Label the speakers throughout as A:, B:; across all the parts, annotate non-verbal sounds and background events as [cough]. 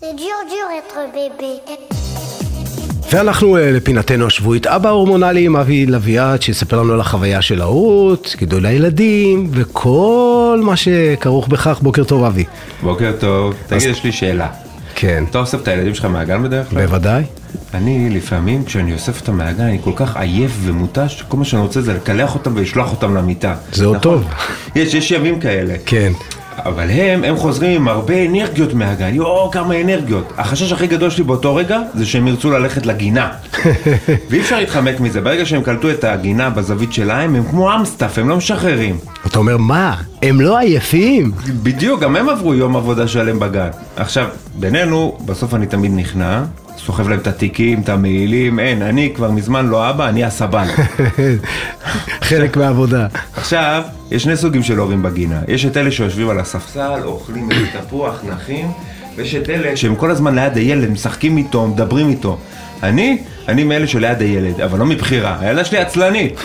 A: C'est dur, dur être bébé.
B: ואנחנו אה, לפינתנו השבועית, אבא ההורמונלי עם אבי לביאת, שיספר לנו על החוויה של ההורות, גידול הילדים, וכל מה שכרוך בכך. בוקר טוב, אבי.
C: בוקר טוב, תגיד, יש לי שאלה.
B: כן.
C: אתה אוסף את הילדים שלך מהגן בדרך כלל?
B: בוודאי.
C: אני לפעמים, כשאני אוסף אותם מהגן, אני כל כך עייף ומותש, שכל מה שאני רוצה זה לקלח אותם ולשלוח אותם למיטה.
B: זה עוד
C: נכון?
B: טוב.
C: יש, יש ימים כאלה.
B: כן.
C: אבל הם, הם חוזרים עם הרבה אנרגיות מהגן, יואו, כמה אנרגיות. החשש הכי גדול שלי באותו רגע, זה שהם ירצו ללכת
B: [laughs]
C: לגינה. ואי אפשר להתחמק מזה, ברגע שהם קלטו את הגינה בזווית שלהם, הם כמו אמסטף, הם לא משחררים.
B: אתה אומר, מה? הם לא עייפים? [laughs]
C: בדיוק, גם הם עברו יום עבודה שלם בגן. עכשיו, בינינו, בסוף אני תמיד נכנע, סוחב להם את התיקים, את המעילים, אין, אני כבר מזמן לא אבא, אני הסבן.
B: חלק
C: [laughs]
B: מהעבודה.
C: עכשיו, יש שני סוגים של הורים בגינה. יש את אלה שיושבים על הספסל, אוכלים איזה תפוח, נחים, ויש את אלה שהם כל הזמן ליד הילד, משחקים איתו, מדברים איתו. אני, אני מאלה שליד הילד, אבל לא מבחירה, הילדה שלי
B: [laughs]
C: עצלנית.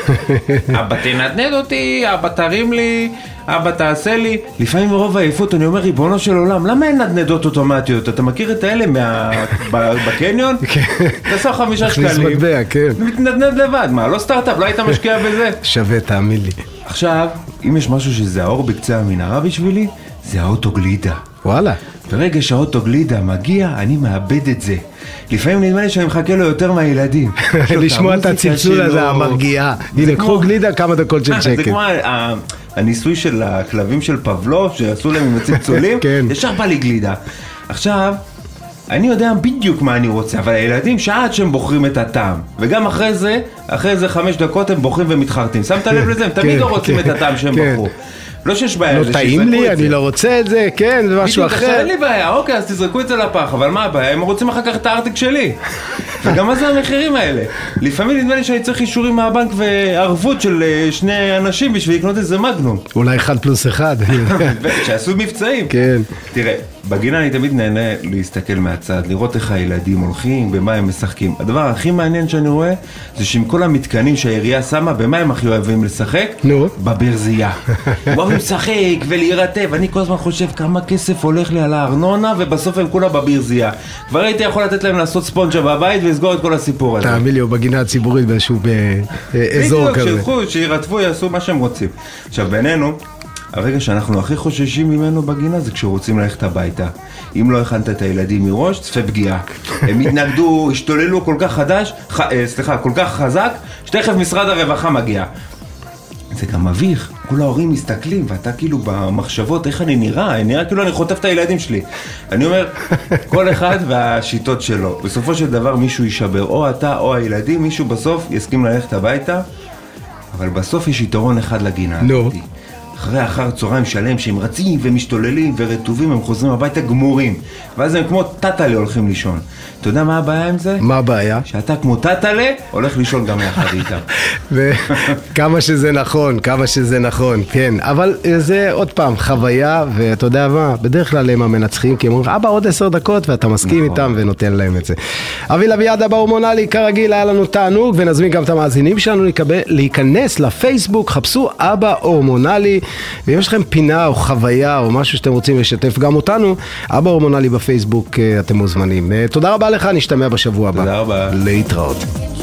C: אבא תנדנד אותי, אבא תרים לי, אבא תעשה לי. לפעמים מרוב העייפות אני אומר, ריבונו של עולם, למה אין נדנדות אוטומטיות? אתה מכיר את האלה מה... ב- בקניון?
B: כן.
C: תעשה חמישה
B: מכניס
C: שקלים.
B: מטבע, כן.
C: מתנדנד לבד, מה, לא סטארט-אפ, לא היית משקיע בזה?
B: שווה, תאמין לי.
C: עכשיו, אם יש משהו שזה האור בקצה המנהרה בשבילי, זה האוטוגלידה.
B: וואלה.
C: ברגע שהאוטוגלידה מגיע, אני מאבד את זה. לפעמים נדמה לי שאני מחכה לו יותר מהילדים. יש לו
B: [laughs] [laughs] לשמוע את
C: המוזיקה
B: הצלצול הזה,
C: שלו.
B: המרגיע.
C: זה
B: הנה,
C: כמו-
B: קחו גלידה כמה דקות של
C: [laughs] אה, זה
B: שקט.
C: כמו ה- ה- הניסוי של הכלבים של פבלו, שעשו להם עם
B: [laughs]
C: הצלצולים,
B: כן.
C: ישר בא לי גלידה. עכשיו, אני יודע בדיוק מה אני רוצה, אבל הילדים שעה עד שהם בוחרים את הטעם. וגם אחרי זה, אחרי איזה חמש דקות הם בוחרים ומתחרטים. שמת לב לזה? הם תמיד
B: כן,
C: לא רוצים
B: כן,
C: את הטעם שהם
B: כן.
C: בחרו. לא שיש בעיה,
B: לא
C: זה
B: טעים
C: שיזרקו
B: לי,
C: את זה.
B: אני לא רוצה את זה, כן, זה משהו
C: בדיוק, עכשיו
B: אחר.
C: אין לי בעיה, אוקיי, אז תזרקו את זה לפח, אבל מה הבעיה? הם רוצים אחר כך את הארטיק שלי. [laughs] וגם מה זה המחירים האלה? לפעמים נדמה לי שאני צריך אישורים מהבנק וערבות של אה, שני אנשים בשביל לקנות איזה מגנום.
B: אולי אחד פלוס אחד.
C: [laughs] שעשו מבצעים.
B: כן.
C: תראה, בגינה אני תמיד נהנה להסתכל מהצד, לראות איך הילדים הולכים, במה הם משחקים. הדבר הכי מעניין שאני רואה, זה שעם כל המתקנים שהעירייה שמה, במה הם הכי אוהבים לשחק?
B: נו. [laughs]
C: בברזייה. הוא אוהב לשחק ולהירטב, אני כל הזמן חושב כמה כסף הולך לי על הארנונה, ובסוף הם כולה בברזייה. כבר הייתי יכול לתת להם לעשות ספונג'ה בבית ולסגור את כל הסיפור הזה.
B: תאמין לי, הוא בגינה הציבורית באיזשהו אה, אה, אזור
C: בדיוק,
B: כזה.
C: שילכו, שירטבו, יעשו מה שהם רוצים. עכשיו בינינו, הרגע שאנחנו הכי חוששים ממנו בגינה זה כשרוצים ללכת הביתה. אם לא הכנת את הילדים מראש, צפה פגיעה. הם התנגדו, השתוללו כל כך חדש, ח, אה, סליחה, כל כך חזק, שתכף משרד הרווחה מגיע. זה גם מביך, כל ההורים מסתכלים ואתה כאילו במחשבות איך אני נראה, אני נראה כאילו אני חוטף את הילדים שלי. אני אומר, [laughs] כל אחד והשיטות שלו. בסופו של דבר מישהו יישבר, או אתה או הילדים, מישהו בסוף יסכים ללכת הביתה, אבל בסוף יש יתרון אחד לגינה.
B: נו.
C: הזאת. אחרי אחר צהריים שלם שהם רצים ומשתוללים ורטובים, הם חוזרים הביתה גמורים. ואז הם כמו טאטלה הולכים לישון. אתה יודע מה הבעיה עם זה?
B: מה הבעיה?
C: שאתה כמו טאטלה, הולך לישון גם יחד איתם.
B: [laughs] וכמה שזה נכון, כמה שזה נכון, כן. אבל אה, זה עוד פעם, חוויה, ואתה יודע מה, בדרך כלל הם המנצחים, כי הם אומרים, אבא עוד עשר דקות, ואתה מסכים
C: נכון.
B: איתם ונותן להם את זה. אבי לביאד אבא הורמונלי, כרגיל, היה לנו תענוג, ונזמין גם את המאזינים שלנו לקבל- להיכנס לפייסבוק, חפשו אבא הורמונלי, ואם יש לכם פינה או חוויה או משהו שאתם רוצים לשתף גם אותנו, אבא הורמונלי בפייסבוק, אה, אתם מוזמנים. אה, תודה רבה לך, נשתמע בשבוע הבא.
C: תודה רבה.
B: להתראות.
A: C'est dur, Oh